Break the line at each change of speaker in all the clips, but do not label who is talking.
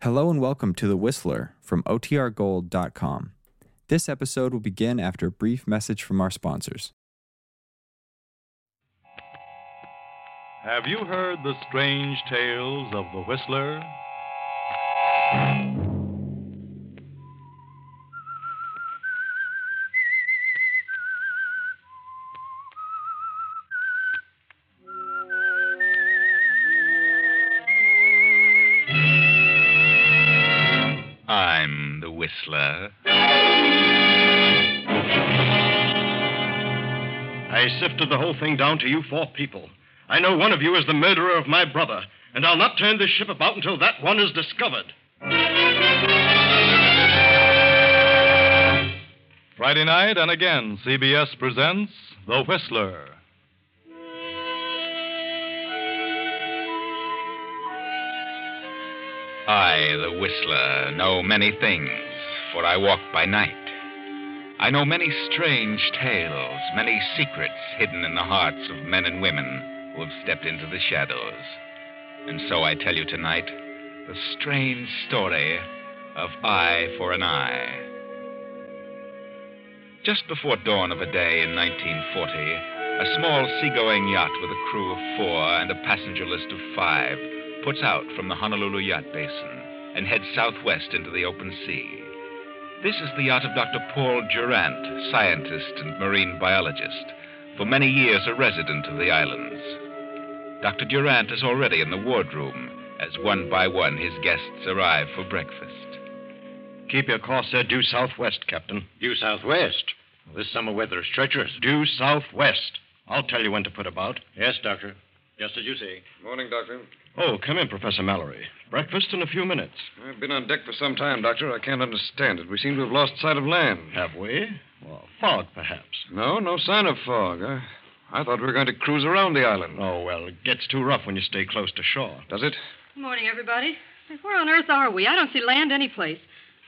Hello and welcome to The Whistler from OTRGold.com. This episode will begin after a brief message from our sponsors.
Have you heard the strange tales of the Whistler?
I'm the Whistler.
I sifted the whole thing down to you four people. I know one of you is the murderer of my brother, and I'll not turn this ship about until that one is discovered.
Friday night, and again, CBS presents The Whistler.
I, the Whistler, know many things, for I walk by night. I know many strange tales, many secrets hidden in the hearts of men and women who have stepped into the shadows. And so I tell you tonight the strange story of Eye for an Eye. Just before dawn of a day in 1940, a small seagoing yacht with a crew of four and a passenger list of five puts out from the Honolulu Yacht Basin and heads southwest into the open sea. This is the yacht of Dr. Paul Durant, scientist and marine biologist, for many years a resident of the islands. Dr. Durant is already in the wardroom as one by one his guests arrive for breakfast.
Keep your corsair due southwest, Captain. Due southwest? This summer weather is treacherous. Due southwest. I'll tell you when to put about. Yes, Doctor. Just as you say.
Morning, Doctor.
Oh, come in, Professor Mallory. Breakfast in a few minutes.
I've been on deck for some time, Doctor. I can't understand it. We seem to have lost sight of land.
Have we? Well, fog, perhaps.
No, no sign of fog. I, I thought we were going to cruise around the island.
Oh, well, it gets too rough when you stay close to shore.
Does it?
Morning, everybody. Where on earth are we? I don't see land anyplace.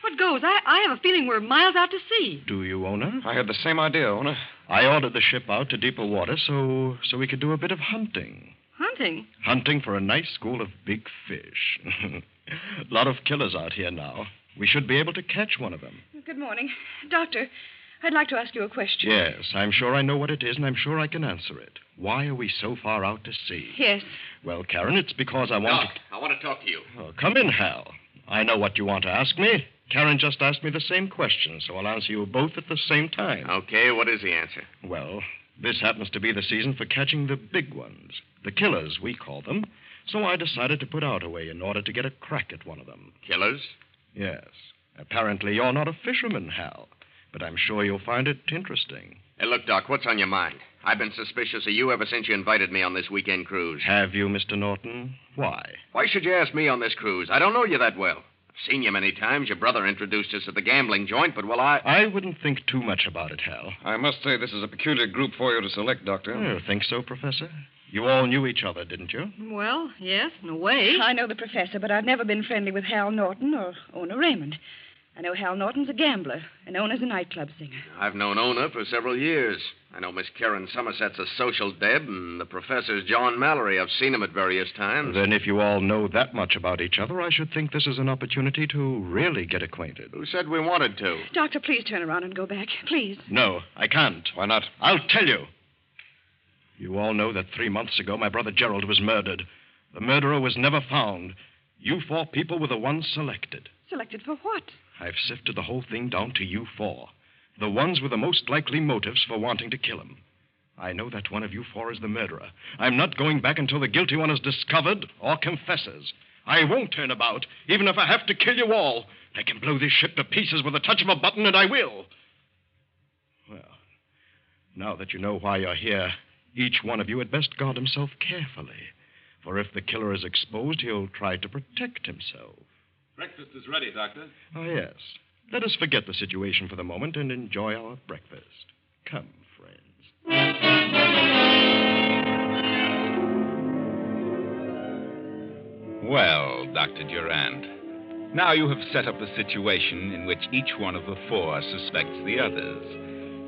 What goes? I, I have a feeling we're miles out to sea.
Do you, Owner?
I had the same idea, Ona.
I ordered the ship out to deeper water so so we could do a bit of hunting.
Hunting?
Hunting for a nice school of big fish. a lot of killers out here now. We should be able to catch one of them.
Good morning. Doctor, I'd like to ask you a question.
Yes, I'm sure I know what it is, and I'm sure I can answer it. Why are we so far out to sea?
Yes.
Well, Karen, it's because I want to.
I want to talk to you.
Ah.
Oh, come in, Hal. I know what you want to ask me. Karen just asked me the same question, so I'll answer you both at the same time.
Okay, what is the answer?
Well, this happens to be the season for catching the big ones, the killers, we call them. So I decided to put out a way in order to get a crack at one of them.
Killers?
Yes. Apparently, you're not a fisherman, Hal, but I'm sure you'll find it interesting.
Hey, look, Doc, what's on your mind? I've been suspicious of you ever since you invited me on this weekend cruise.
Have you, Mr. Norton? Why?
Why should you ask me on this cruise? I don't know you that well. I've seen you many times. Your brother introduced us at the gambling joint, but well, I.
I wouldn't think too much about it, Hal.
I must say this is a peculiar group for you to select, Doctor.
You think so, Professor? You all knew each other, didn't you?
Well, yes, in a way.
I know the professor, but I've never been friendly with Hal Norton or Ona Raymond. I know Hal Norton's a gambler, and Ona's a nightclub singer.
I've known Ona for several years. I know Miss Karen Somerset's a social deb, and the professor's John Mallory. I've seen him at various times.
Then, if you all know that much about each other, I should think this is an opportunity to really get acquainted.
Who said we wanted to?
Doctor, please turn around and go back. Please.
No, I can't.
Why not?
I'll tell you. You all know that three months ago my brother Gerald was murdered. The murderer was never found. You four people were the ones selected.
Selected for what?
I've sifted the whole thing down to you four. The ones with the most likely motives for wanting to kill him. I know that one of you four is the murderer. I'm not going back until the guilty one is discovered or confesses. I won't turn about, even if I have to kill you all. I can blow this ship to pieces with the touch of a button, and I will. Well, now that you know why you're here, each one of you had best guard himself carefully. For if the killer is exposed, he'll try to protect himself.
Breakfast is ready, Doctor.
Oh, yes. Let us forget the situation for the moment and enjoy our breakfast. Come, friends.
Well, Dr. Durant, now you have set up a situation in which each one of the four suspects the others.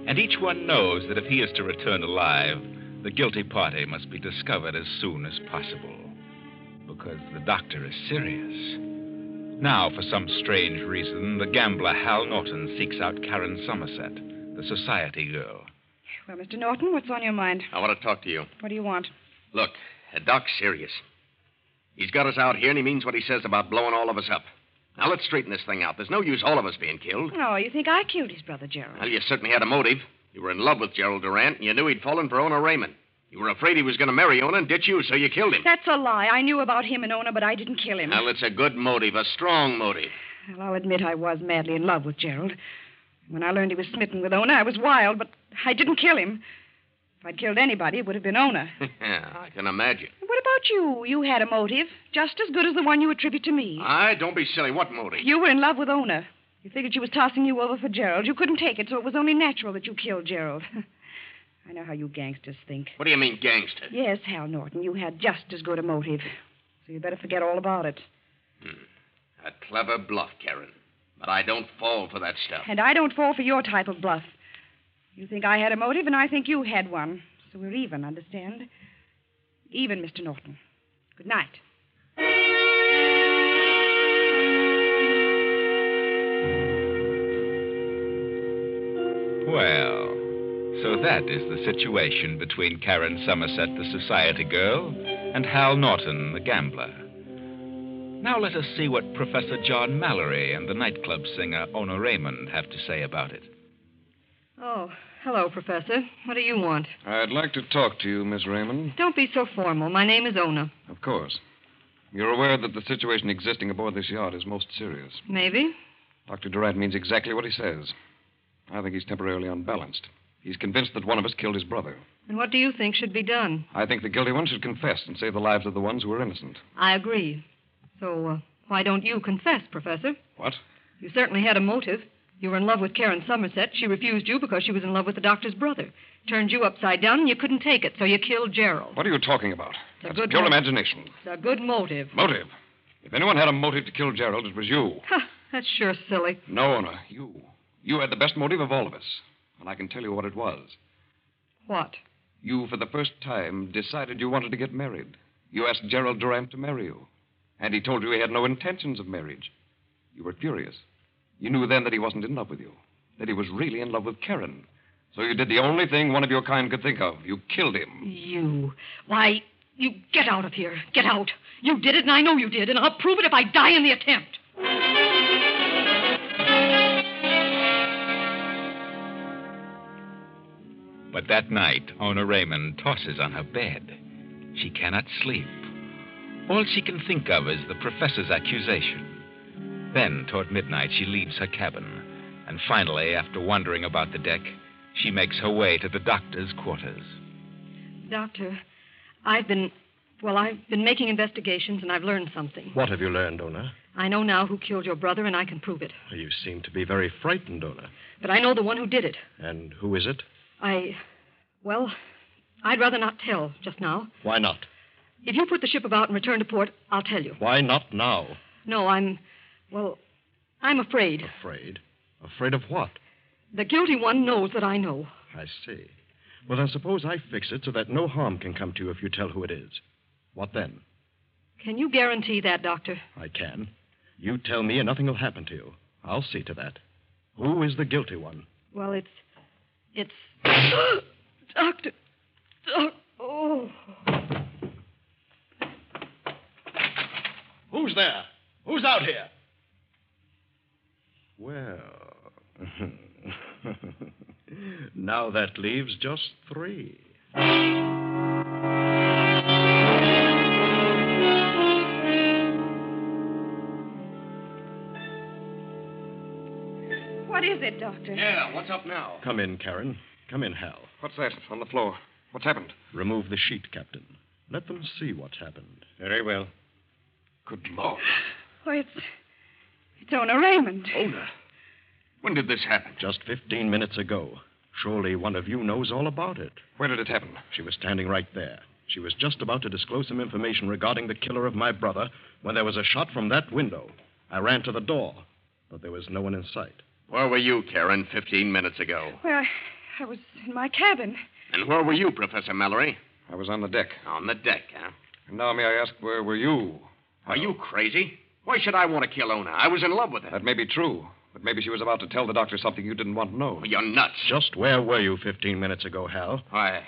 And each one knows that if he is to return alive, the guilty party must be discovered as soon as possible. Because the doctor is serious. Now, for some strange reason, the gambler Hal Norton seeks out Karen Somerset, the society girl.
Well, Mr. Norton, what's on your mind?
I want to talk to you.
What do you want?
Look, uh, Doc's serious. He's got us out here, and he means what he says about blowing all of us up. Now, let's straighten this thing out. There's no use all of us being killed.
Oh, you think I killed his brother Gerald?
Well, you certainly had a motive. You were in love with Gerald Durant, and you knew he'd fallen for Ona Raymond. You were afraid he was going to marry Ona and ditch you, so you killed him.
That's a lie. I knew about him and Ona, but I didn't kill him.
Well, it's a good motive, a strong motive.
Well, I'll admit I was madly in love with Gerald. When I learned he was smitten with Ona, I was wild, but I didn't kill him. If I'd killed anybody, it would have been Ona.
I can imagine.
And what about you? You had a motive, just as good as the one you attribute to me.
I don't be silly. What motive?
You were in love with Ona. You figured she was tossing you over for Gerald. You couldn't take it, so it was only natural that you killed Gerald. I know how you gangsters think.
What do you mean, gangster?
Yes, Hal Norton, you had just as good a motive. So you better forget all about it.
A clever bluff, Karen. But I don't fall for that stuff.
And I don't fall for your type of bluff. You think I had a motive, and I think you had one. So we're even, understand? Even, Mr. Norton. Good night.
Well, so that is the situation between Karen Somerset, the society girl, and Hal Norton, the gambler. Now let us see what Professor John Mallory and the nightclub singer Ona Raymond have to say about it.
Oh, hello, Professor. What do you want?
I'd like to talk to you, Miss Raymond.
Don't be so formal. My name is Ona.
Of course. You're aware that the situation existing aboard this yacht is most serious.
Maybe.
Dr. Durant means exactly what he says. I think he's temporarily unbalanced. He's convinced that one of us killed his brother.
And what do you think should be done?
I think the guilty one should confess and save the lives of the ones who are innocent.
I agree. So, uh, why don't you confess, Professor?
What?
You certainly had a motive. You were in love with Karen Somerset. She refused you because she was in love with the doctor's brother. Turned you upside down, and you couldn't take it, so you killed Gerald.
What are you talking about?
It's a
That's
good
pure
one.
imagination.
It's a good motive.
Motive. If anyone had a motive to kill Gerald, it was you.
Ha, that's sure silly.
No, Ona, you. You had the best motive of all of us. And I can tell you what it was.
What?
You, for the first time, decided you wanted to get married. You asked Gerald Durant to marry you. And he told you he had no intentions of marriage. You were furious. You knew then that he wasn't in love with you, that he was really in love with Karen. So you did the only thing one of your kind could think of. You killed him.
You. Why, you get out of here. Get out. You did it, and I know you did, and I'll prove it if I die in the attempt.
But that night, Ona Raymond tosses on her bed. She cannot sleep. All she can think of is the professor's accusation. Then, toward midnight, she leaves her cabin. And finally, after wandering about the deck, she makes her way to the doctor's quarters.
Doctor, I've been. Well, I've been making investigations, and I've learned something.
What have you learned, Ona?
I know now who killed your brother, and I can prove it.
You seem to be very frightened, Ona.
But I know the one who did it.
And who is it?
I. Well, I'd rather not tell just now.
Why not?
If you put the ship about and return to port, I'll tell you.
Why not now?
No, I'm. Well, I'm afraid.
Afraid? Afraid of what?
The guilty one knows that I know.
I see. Well, then suppose I fix it so that no harm can come to you if you tell who it is. What then?
Can you guarantee that, Doctor?
I can. You tell me and nothing will happen to you. I'll see to that. Who is the guilty one?
Well, it's. It's. Doctor. Doc- Oh.
Who's there? Who's out here? Well. now that leaves just three.
What is it, Doctor?
Yeah, what's up now?
Come in, Karen. Come in, Hal.
What's that on the floor? What's happened?
Remove the sheet, Captain. Let them see what's happened.
Very well. Good Lord.
Oh, it's. It's Ona Raymond.
Ona.
When did this happen?
Just 15 minutes ago. Surely one of you knows all about it.
Where did it happen?
She was standing right there. She was just about to disclose some information regarding the killer of my brother when there was a shot from that window. I ran to the door, but there was no one in sight.
Where were you, Karen, 15 minutes ago?
Well, I, I was in my cabin.
And where were you, Professor Mallory?
I was on the deck.
On the deck, huh?
And now may I ask, where were you?
Are you crazy? Why should I want to kill Ona? I was in love with her.
That may be true, but maybe she was about to tell the doctor something you didn't want to know.
You're nuts.
Just where were you 15 minutes ago, Hal?
I.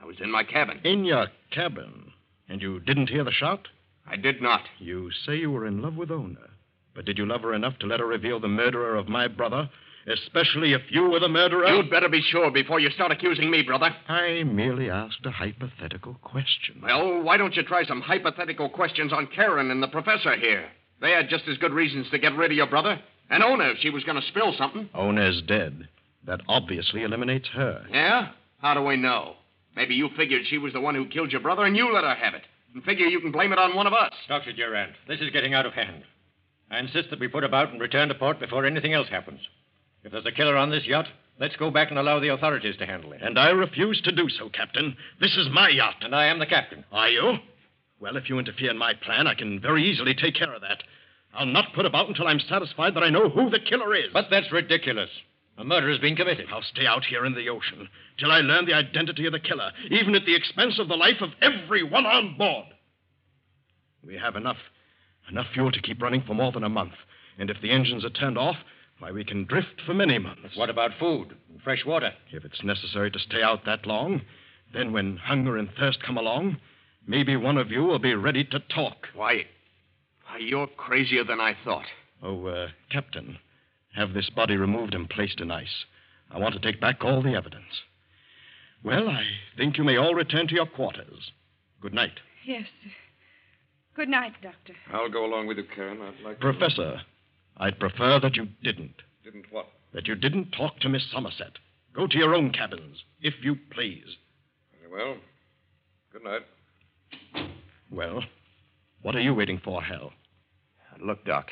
I was in my cabin.
In your cabin. And you didn't hear the shot?
I did not.
You say you were in love with Ona. But did you love her enough to let her reveal the murderer of my brother? Especially if you were the murderer?
You'd better be sure before you start accusing me, brother.
I merely asked a hypothetical question.
Well, why don't you try some hypothetical questions on Karen and the professor here? They had just as good reasons to get rid of your brother. And Ona, if she was going to spill something.
Ona is dead. That obviously eliminates her.
Yeah? How do we know? Maybe you figured she was the one who killed your brother and you let her have it. And figure you can blame it on one of us.
Dr. Durant, this is getting out of hand. I insist that we put about and return to port before anything else happens. If there's a killer on this yacht, let's go back and allow the authorities to handle it.
And I refuse to do so, Captain. This is my yacht.
And I am the captain.
Are you? Well, if you interfere in my plan, I can very easily take care of that. I'll not put about until I'm satisfied that I know who the killer is.
But that's ridiculous. A murder has been committed.
I'll stay out here in the ocean till I learn the identity of the killer, even at the expense of the life of everyone on board. We have enough enough fuel to keep running for more than a month. And if the engines are turned off, why, we can drift for many months.
What about food and fresh water?
If it's necessary to stay out that long, then when hunger and thirst come along, maybe one of you will be ready to talk.
Why, why you're crazier than I thought.
Oh, uh, Captain, have this body removed and placed in ice. I want to take back all the evidence. Well, I think you may all return to your quarters. Good night.
Yes. Good night, Doctor.
I'll go along with you, Karen. I'd like to...
Professor, I'd prefer that you didn't.
Didn't what?
That you didn't talk to Miss Somerset. Go to your own cabins, if you please.
Very well. Good night.
Well, what are you waiting for, Hal?
Look, Doc.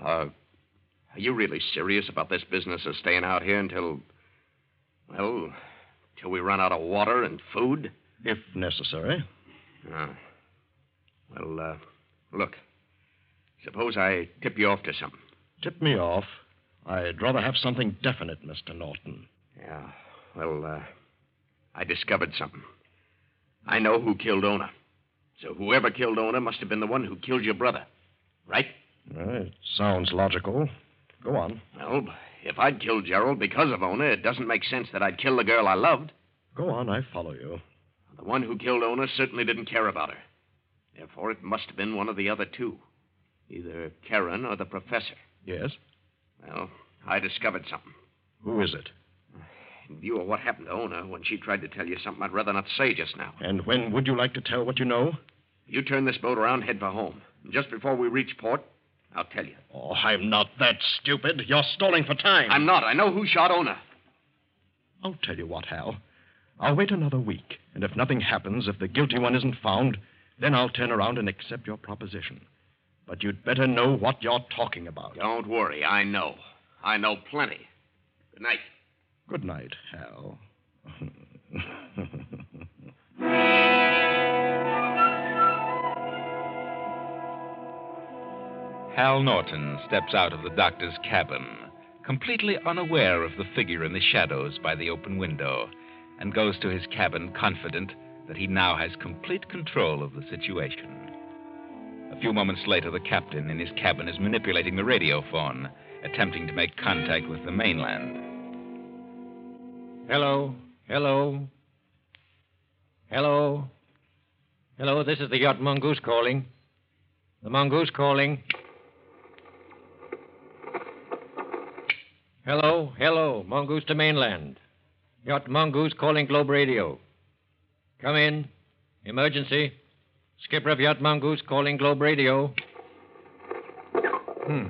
Uh, are you really serious about this business of staying out here until. Well, till we run out of water and food?
If necessary.
Uh, well, uh, look. Suppose I tip you off to something.
Tip me off. I'd rather have something definite, Mr. Norton.
Yeah. Well, uh, I discovered something. I know who killed Ona. So whoever killed Ona must have been the one who killed your brother. Right?
Well, it sounds logical. Go on.
Well, if I'd killed Gerald because of Ona, it doesn't make sense that I'd kill the girl I loved.
Go on, I follow you.
The one who killed Ona certainly didn't care about her. Therefore, it must have been one of the other two either Karen or the professor.
Yes?
Well, I discovered something.
Who is it?
In view of what happened to Ona when she tried to tell you something I'd rather not say just now.
And when would you like to tell what you know?
You turn this boat around, head for home. And Just before we reach port, I'll tell you.
Oh, I'm not that stupid. You're stalling for time.
I'm not. I know who shot Ona.
I'll tell you what, Hal. I'll wait another week, and if nothing happens, if the guilty one isn't found, then I'll turn around and accept your proposition. But you'd better know what you're talking about.
Don't worry, I know. I know plenty. Good night.
Good night, Hal.
Hal Norton steps out of the doctor's cabin, completely unaware of the figure in the shadows by the open window, and goes to his cabin confident that he now has complete control of the situation. A few moments later, the captain in his cabin is manipulating the radio phone, attempting to make contact with the mainland.
Hello? Hello? Hello? Hello, this is the yacht Mongoose calling. The Mongoose calling. Hello? Hello? Mongoose to mainland. Yacht Mongoose calling Globe Radio. Come in. Emergency. Skipper of Yacht Mongoose calling Globe Radio. Hmm.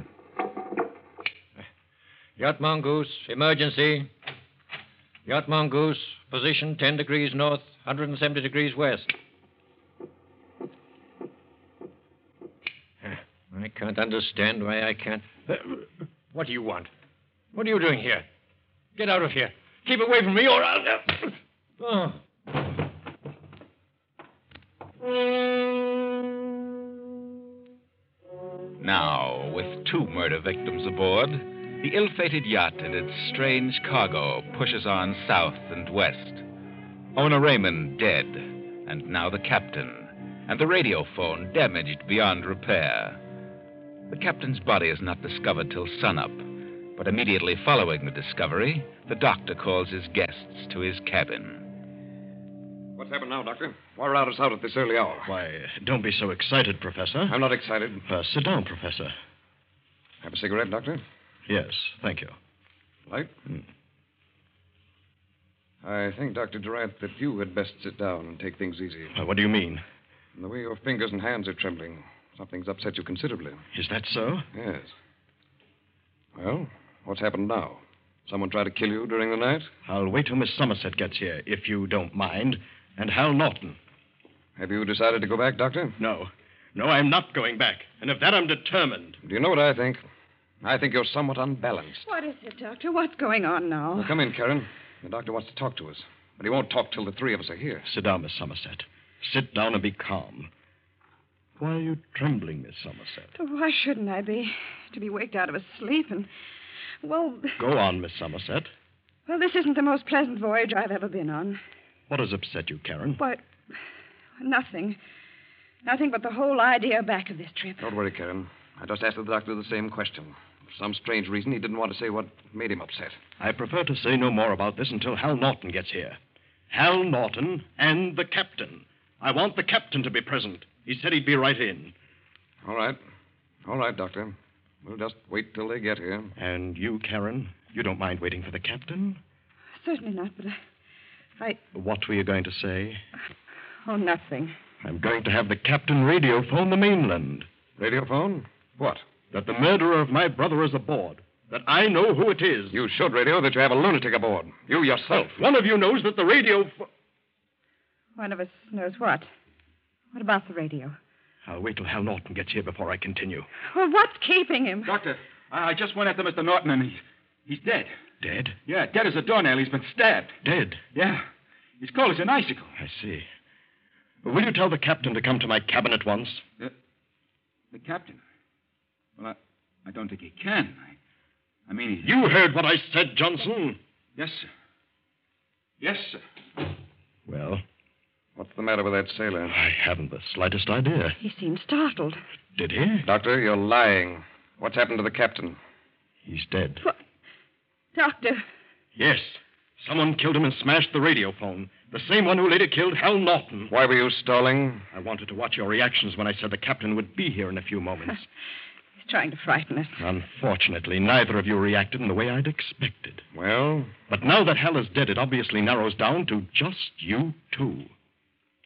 Yacht Mongoose, emergency. Yacht Mongoose, position 10 degrees north, 170 degrees west. Huh, Ah, I can't understand why I can't. Uh, What do you want? What are you doing here? Get out of here. Keep away from me or I'll. Oh.
Now, with two murder victims aboard, the ill fated yacht and its strange cargo pushes on south and west. Ona Raymond dead, and now the captain, and the radio phone damaged beyond repair. The captain's body is not discovered till sunup, but immediately following the discovery, the doctor calls his guests to his cabin.
What's happened now, Doctor? Why rout us out at this early hour?
Why, don't be so excited, Professor.
I'm not excited.
Uh, sit down, Professor.
Have a cigarette, Doctor?
Yes, thank you.
Light? I think, Dr. Durant, that you had best sit down and take things easy.
Uh, what do you mean?
The way your fingers and hands are trembling, something's upset you considerably.
Is that so?
Yes. Well, what's happened now? Someone tried to kill you during the night?
I'll wait till Miss Somerset gets here, if you don't mind. And Hal Norton.
Have you decided to go back, Doctor?
No. No, I'm not going back. And of that, I'm determined.
Do you know what I think? I think you're somewhat unbalanced.
What is it, Doctor? What's going on now?
Well, come in, Karen. The doctor wants to talk to us, but he won't talk till the three of us are here.
Sit down, Miss Somerset. Sit down and be calm. Why are you trembling, Miss Somerset?
Oh, Why shouldn't I be? To be waked out of a sleep and. Well,
Go on, Miss Somerset.
well, this isn't the most pleasant voyage I've ever been on.
What has upset you, Karen?
Why, nothing. Nothing but the whole idea back of this trip.
Oh.
Don't worry, Karen. I just asked the doctor the same question. For some strange reason, he didn't want to say what made him upset.
I prefer to say no more about this until Hal Norton gets here. Hal Norton and the captain. I want the captain to be present. He said he'd be right in.
All right. All right, Doctor. We'll just wait till they get here.
And you, Karen, you don't mind waiting for the captain?
Certainly not, but I. I.
What were you going to say?
Oh, nothing.
I'm going to have the captain radio phone the mainland
Radiophone? What?
that the murderer of my brother is aboard, that I know who it is.
You should radio that you have a lunatic aboard. You yourself.
One of you knows that the radio. Fo-
One of us knows what. What about the radio?
I'll wait till Hal Norton gets here before I continue.
Well, what's keeping him?
Doctor, I I just went after Mr. Norton and he's, he's dead.
Dead?
Yeah, dead as a doornail. He's been stabbed.
Dead.
Yeah. He's cold as an icicle.
I see. Will you tell the captain to come to my cabin at once?
The captain. Well, I, I don't think he can. I, I mean, he's.
You heard what I said, Johnson.
Yes, sir. Yes, sir.
Well,
What's the matter with that sailor?
I haven't the slightest idea.
He seemed startled.
Did he?
Doctor, you're lying. What's happened to the captain?
He's dead.
Doctor,
Yes. Someone killed him and smashed the radio phone. The same one who later killed Hal Norton.
Why were you stalling?
I wanted to watch your reactions when I said the captain would be here in a few moments.
he's trying to frighten us.
Unfortunately, neither of you reacted in the way I'd expected.
Well,
But now that Hal is dead, it obviously narrows down to just you two.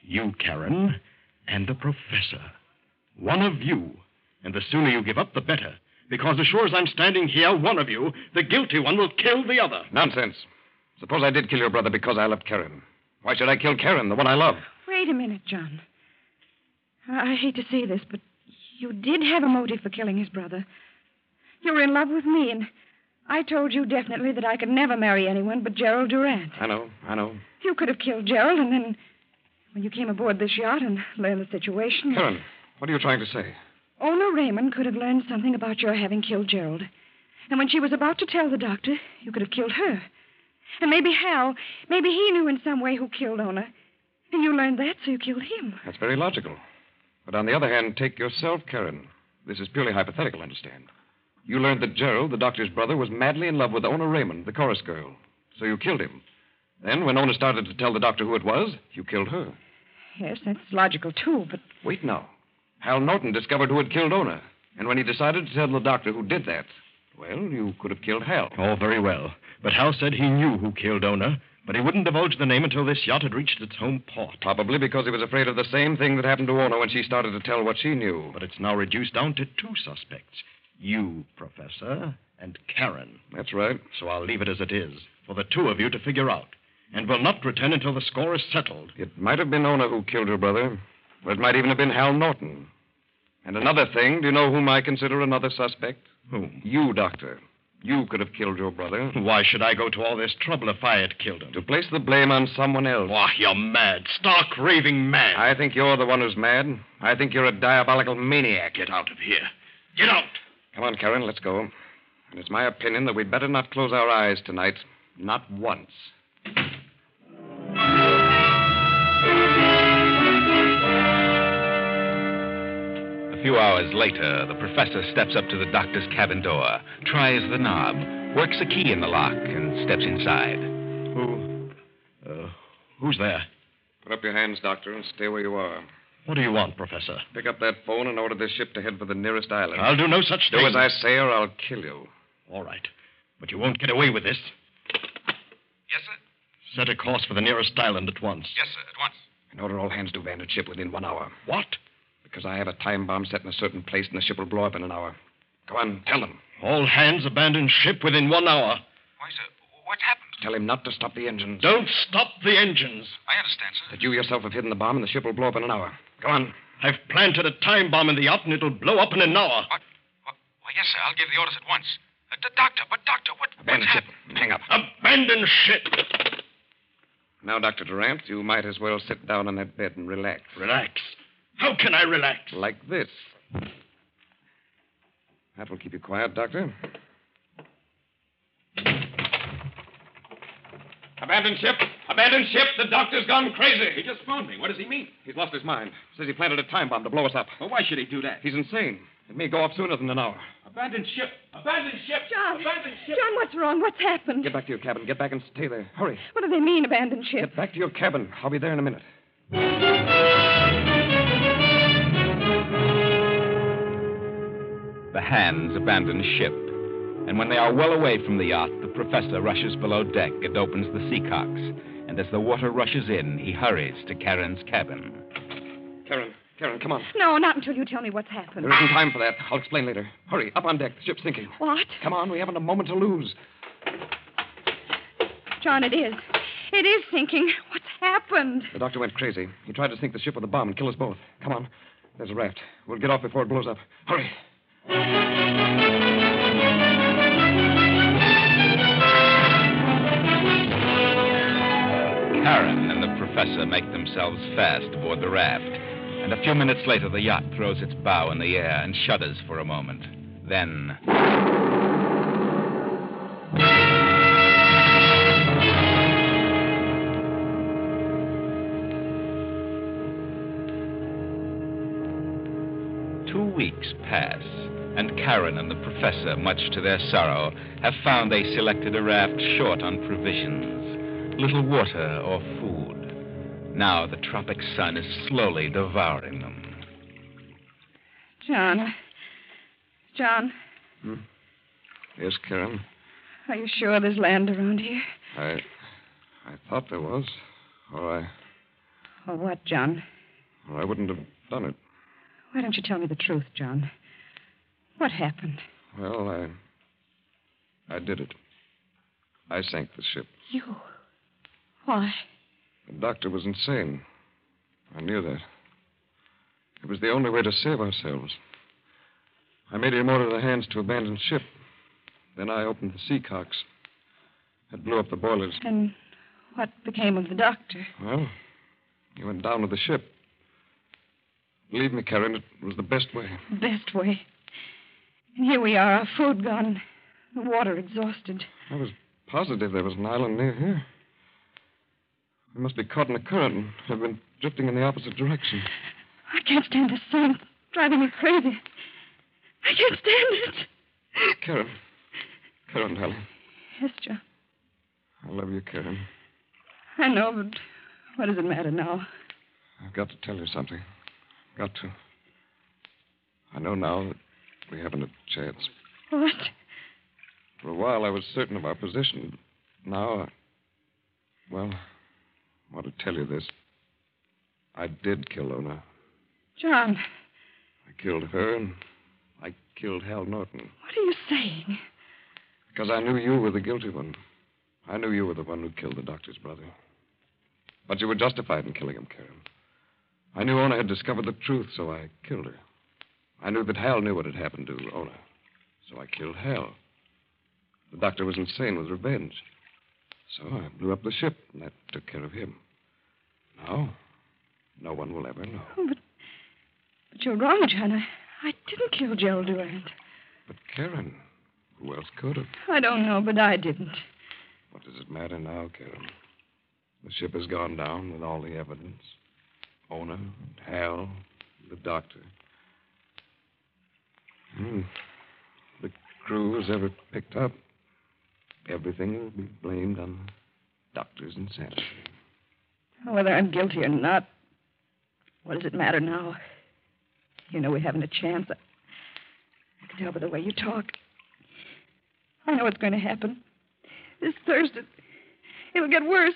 You, Karen, and the professor. One of you. And the sooner you give up, the better. Because as sure as I'm standing here, one of you, the guilty one, will kill the other.
nonsense. Suppose I did kill your brother because I loved Karen. Why should I kill Karen, the one I love?
Wait a minute, John. I I hate to say this, but you did have a motive for killing his brother. You were in love with me, and I told you definitely that I could never marry anyone but Gerald Durant.
I know, I know.
You could have killed Gerald, and then when you came aboard this yacht and learned the situation,
Karen, what are you trying to say?
Ona Raymond could have learned something about your having killed Gerald. And when she was about to tell the doctor, you could have killed her. And maybe Hal, maybe he knew in some way who killed Ona. And you learned that, so you killed him.
That's very logical. But on the other hand, take yourself, Karen. This is purely hypothetical, understand. You learned that Gerald, the doctor's brother, was madly in love with Ona Raymond, the chorus girl. So you killed him. Then, when Ona started to tell the doctor who it was, you killed her.
Yes, that's logical, too, but
Wait now. Hal Norton discovered who had killed Ona. And when he decided to tell the doctor who did that, well, you could have killed Hal.
Oh, very well. But Hal said he knew who killed Ona, but he wouldn't divulge the name until this yacht had reached its home port.
Probably because he was afraid of the same thing that happened to Ona when she started to tell what she knew.
But it's now reduced down to two suspects you, Professor, and Karen.
That's right.
So I'll leave it as it is for the two of you to figure out, and will not return until the score is settled.
It might have been Ona who killed her brother, or it might even have been Hal Norton. And another thing, do you know whom I consider another suspect?
Whom?
Hmm. You, Doctor. You could have killed your brother.
Why should I go to all this trouble if I had killed him?
To place the blame on someone else.
Why, you're mad, stark raving mad.
I think you're the one who's mad. I think you're a diabolical maniac.
Get out of here. Get out.
Come on, Karen, let's go. And it's my opinion that we'd better not close our eyes tonight. Not once.
The few hours later, the professor steps up to the doctor's cabin door, tries the knob, works a key in the lock, and steps inside.
Who? Uh, who's there?
Put up your hands, Doctor, and stay where you are.
What do you want, Professor?
Pick up that phone and order this ship to head for the nearest island.
I'll do no such
Do
thing.
as I say, or I'll kill you.
All right. But you won't get away with this.
Yes, sir.
Set a course for the nearest island at once.
Yes, sir, at once. And order all hands to abandon ship within one hour.
What?
Because I have a time bomb set in a certain place, and the ship will blow up in an hour. Go on, tell them.
All hands abandon ship within one hour.
Why, sir, what's happened? Tell him not to stop the engines.
Don't stop the engines.
I understand, sir. That you yourself have hidden the bomb, and the ship will blow up in an hour. Go on.
I've planted a time bomb in the out, and it'll blow up in an hour.
Why, yes, sir. I'll give the orders at once. doctor, but doctor, what? Abandon ship. and Hang up.
Abandon ship.
Now, Doctor Durant, you might as well sit down on that bed and relax.
Relax. How can I relax?
Like this. That will keep you quiet, Doctor.
Abandon ship. Abandon ship. The doctor's gone crazy.
He just phoned me. What does he mean?
He's lost his mind. Says he planted a time bomb to blow us up.
Well, why should he do that?
He's insane. It may go off sooner than an hour.
Abandon ship. Abandon ship.
John.
Abandon ship.
John, what's wrong? What's happened?
Get back to your cabin. Get back and stay there. Hurry.
What do they mean, abandon ship?
Get back to your cabin. I'll be there in a minute.
The hands abandon ship, and when they are well away from the yacht, the professor rushes below deck and opens the sea cocks. And as the water rushes in, he hurries to Karen's cabin.
Karen. Karen, come on.
No, not until you tell me what's happened.
There isn't time for that. I'll explain later. Hurry. Up on deck. The ship's sinking.
What?
Come on. We haven't a moment to lose.
John, it is. It is sinking. What's happened?
The doctor went crazy. He tried to sink the ship with a bomb and kill us both. Come on. There's a raft. We'll get off before it blows up. Hurry.
Karen and the professor make themselves fast aboard the raft, and a few minutes later, the yacht throws its bow in the air and shudders for a moment. Then. Two weeks pass, and Karen and the professor, much to their sorrow, have found they selected a raft short on provisions, little water or food. Now the tropic sun is slowly devouring them.
John. John,
Hmm. Yes, Karen.
are you sure there's land around here?
I. I thought there was. Or I.
Or what, John?
Or I wouldn't have done it.
Why don't you tell me the truth, John? What happened?
Well, I. I did it. I sank the ship.
You. Why?
The doctor was insane. I knew that. It was the only way to save ourselves. I made him order the hands to abandon ship. Then I opened the sea cocks. That blew up the boilers.
And what became of the doctor?
Well, he went down with the ship. Believe me, Karen, it was the best way.
The best way. And here we are, our food gone, the water exhausted.
I was positive there was an island near here. We must be caught in a current and have been drifting in the opposite direction.
I can't stand this sun. It's driving me crazy. I can't stand it.
Karen. Karen, darling.
Yes, John.
I love you, Karen.
I know, but what does it matter now?
I've got to tell you something. Got to. I know now that we haven't a chance.
What?
For a while, I was certain of our position. Now, I... well, I want to tell you this. I did kill Ona.
John,
I killed her, and I killed Hal Norton
what are you saying?
because I knew you were the guilty one. I knew you were the one who killed the doctor's brother. But you were justified in killing him, Karen. I knew Ona had discovered the truth, so I killed her. I knew that Hal knew what had happened to Ona, so I killed Hal. The doctor was insane with revenge. So I blew up the ship, and that took care of him. Now, no one will ever know.
Oh, but, but you're wrong, John. I, I didn't kill Gerald Durant.
But, Karen, who else could have?
I don't know, but I didn't.
What does it matter now, Karen? The ship has gone down with all the evidence. Ona, Hal, the doctor. Hmm. The crew was ever picked up. Everything will be blamed on the doctors and Santa.
Whether I'm guilty or not, what does it matter now? You know we haven't a chance. I, I can tell by the way you talk. I know what's going to happen. This Thursday, it'll get worse.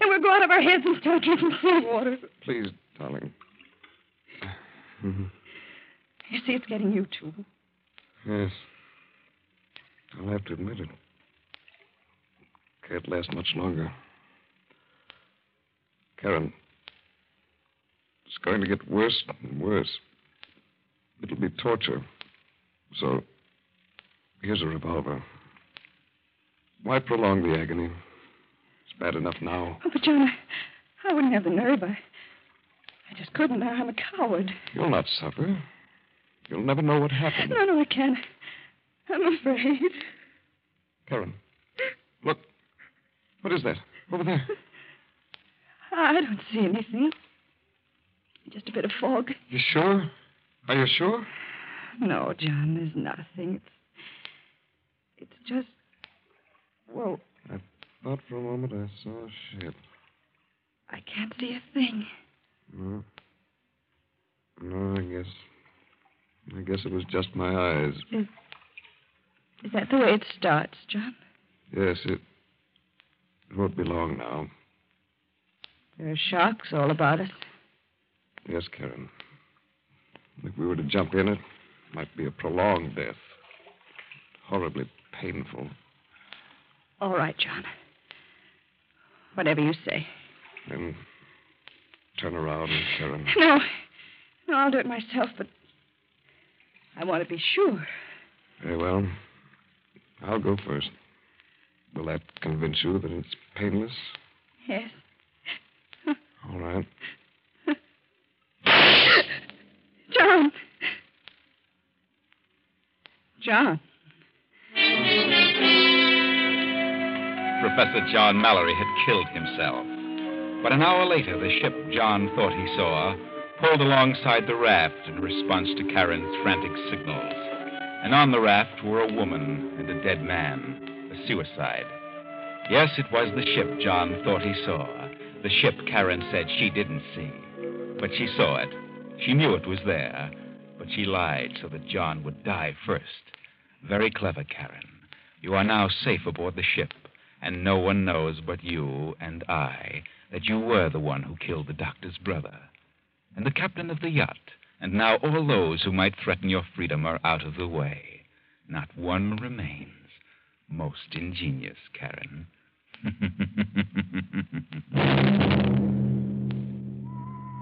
And we'll go out of our heads and start drinking cold water.
Please, darling.
You see, it's getting you, too.
Yes. I'll have to admit it. Can't last much longer. Karen, it's going to get worse and worse. It'll be torture. So, here's a revolver. Why prolong the agony? It's bad enough now.
Oh, but John, I, I wouldn't have the nerve. I, I just couldn't. I, I'm a coward.
You'll not suffer. You'll never know what happened.
No, no, I can't. I'm afraid.
Karen, look. What is that? Over there.
I I don't see anything. Just a bit of fog.
You sure? Are you sure?
No, John, there's nothing. It's, it's just. Well,
Thought for a moment I saw a ship.
I can't see a thing.
No. No, I guess. I guess it was just my eyes.
Is that the way it starts, John?
Yes, it. It won't be long now.
There are sharks all about us.
Yes, Karen. If we were to jump in, it might be a prolonged death. Horribly painful.
All right, John. Whatever you say.
Then turn around, Karen.
No. No, I'll do it myself, but I want to be sure.
Very well. I'll go first. Will that convince you that it's painless?
Yes.
All right.
John. John.
Professor John Mallory had killed himself. But an hour later, the ship John thought he saw pulled alongside the raft in response to Karen's frantic signals. And on the raft were a woman and a dead man, a suicide. Yes, it was the ship John thought he saw, the ship Karen said she didn't see. But she saw it. She knew it was there. But she lied so that John would die first. Very clever, Karen. You are now safe aboard the ship and no one knows but you and I that you were the one who killed the doctor's brother, and the captain of the yacht, and now all those who might threaten your freedom are out of the way. Not one remains. Most ingenious, Karen.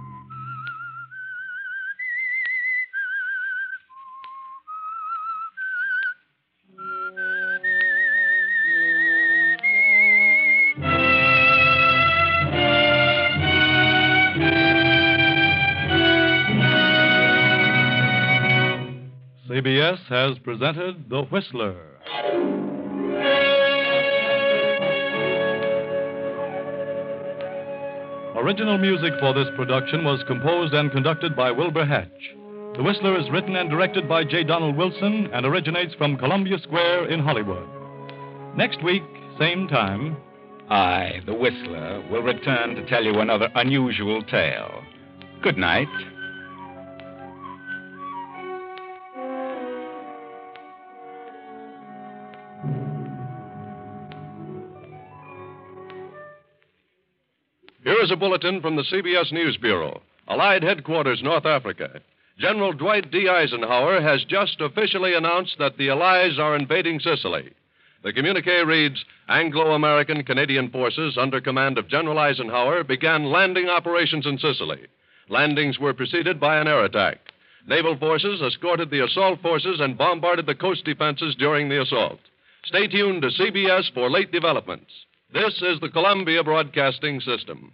CBS has presented The Whistler. Original music for this production was composed and conducted by Wilbur Hatch. The Whistler is written and directed by J. Donald Wilson and originates from Columbia Square in Hollywood. Next week, same time,
I, the Whistler, will return to tell you another unusual tale. Good night.
Here is a bulletin from the CBS News Bureau, Allied Headquarters, North Africa. General Dwight D. Eisenhower has just officially announced that the Allies are invading Sicily. The communique reads Anglo American Canadian forces under command of General Eisenhower began landing operations in Sicily. Landings were preceded by an air attack. Naval forces escorted the assault forces and bombarded the coast defenses during the assault. Stay tuned to CBS for late developments. This is the Columbia Broadcasting System.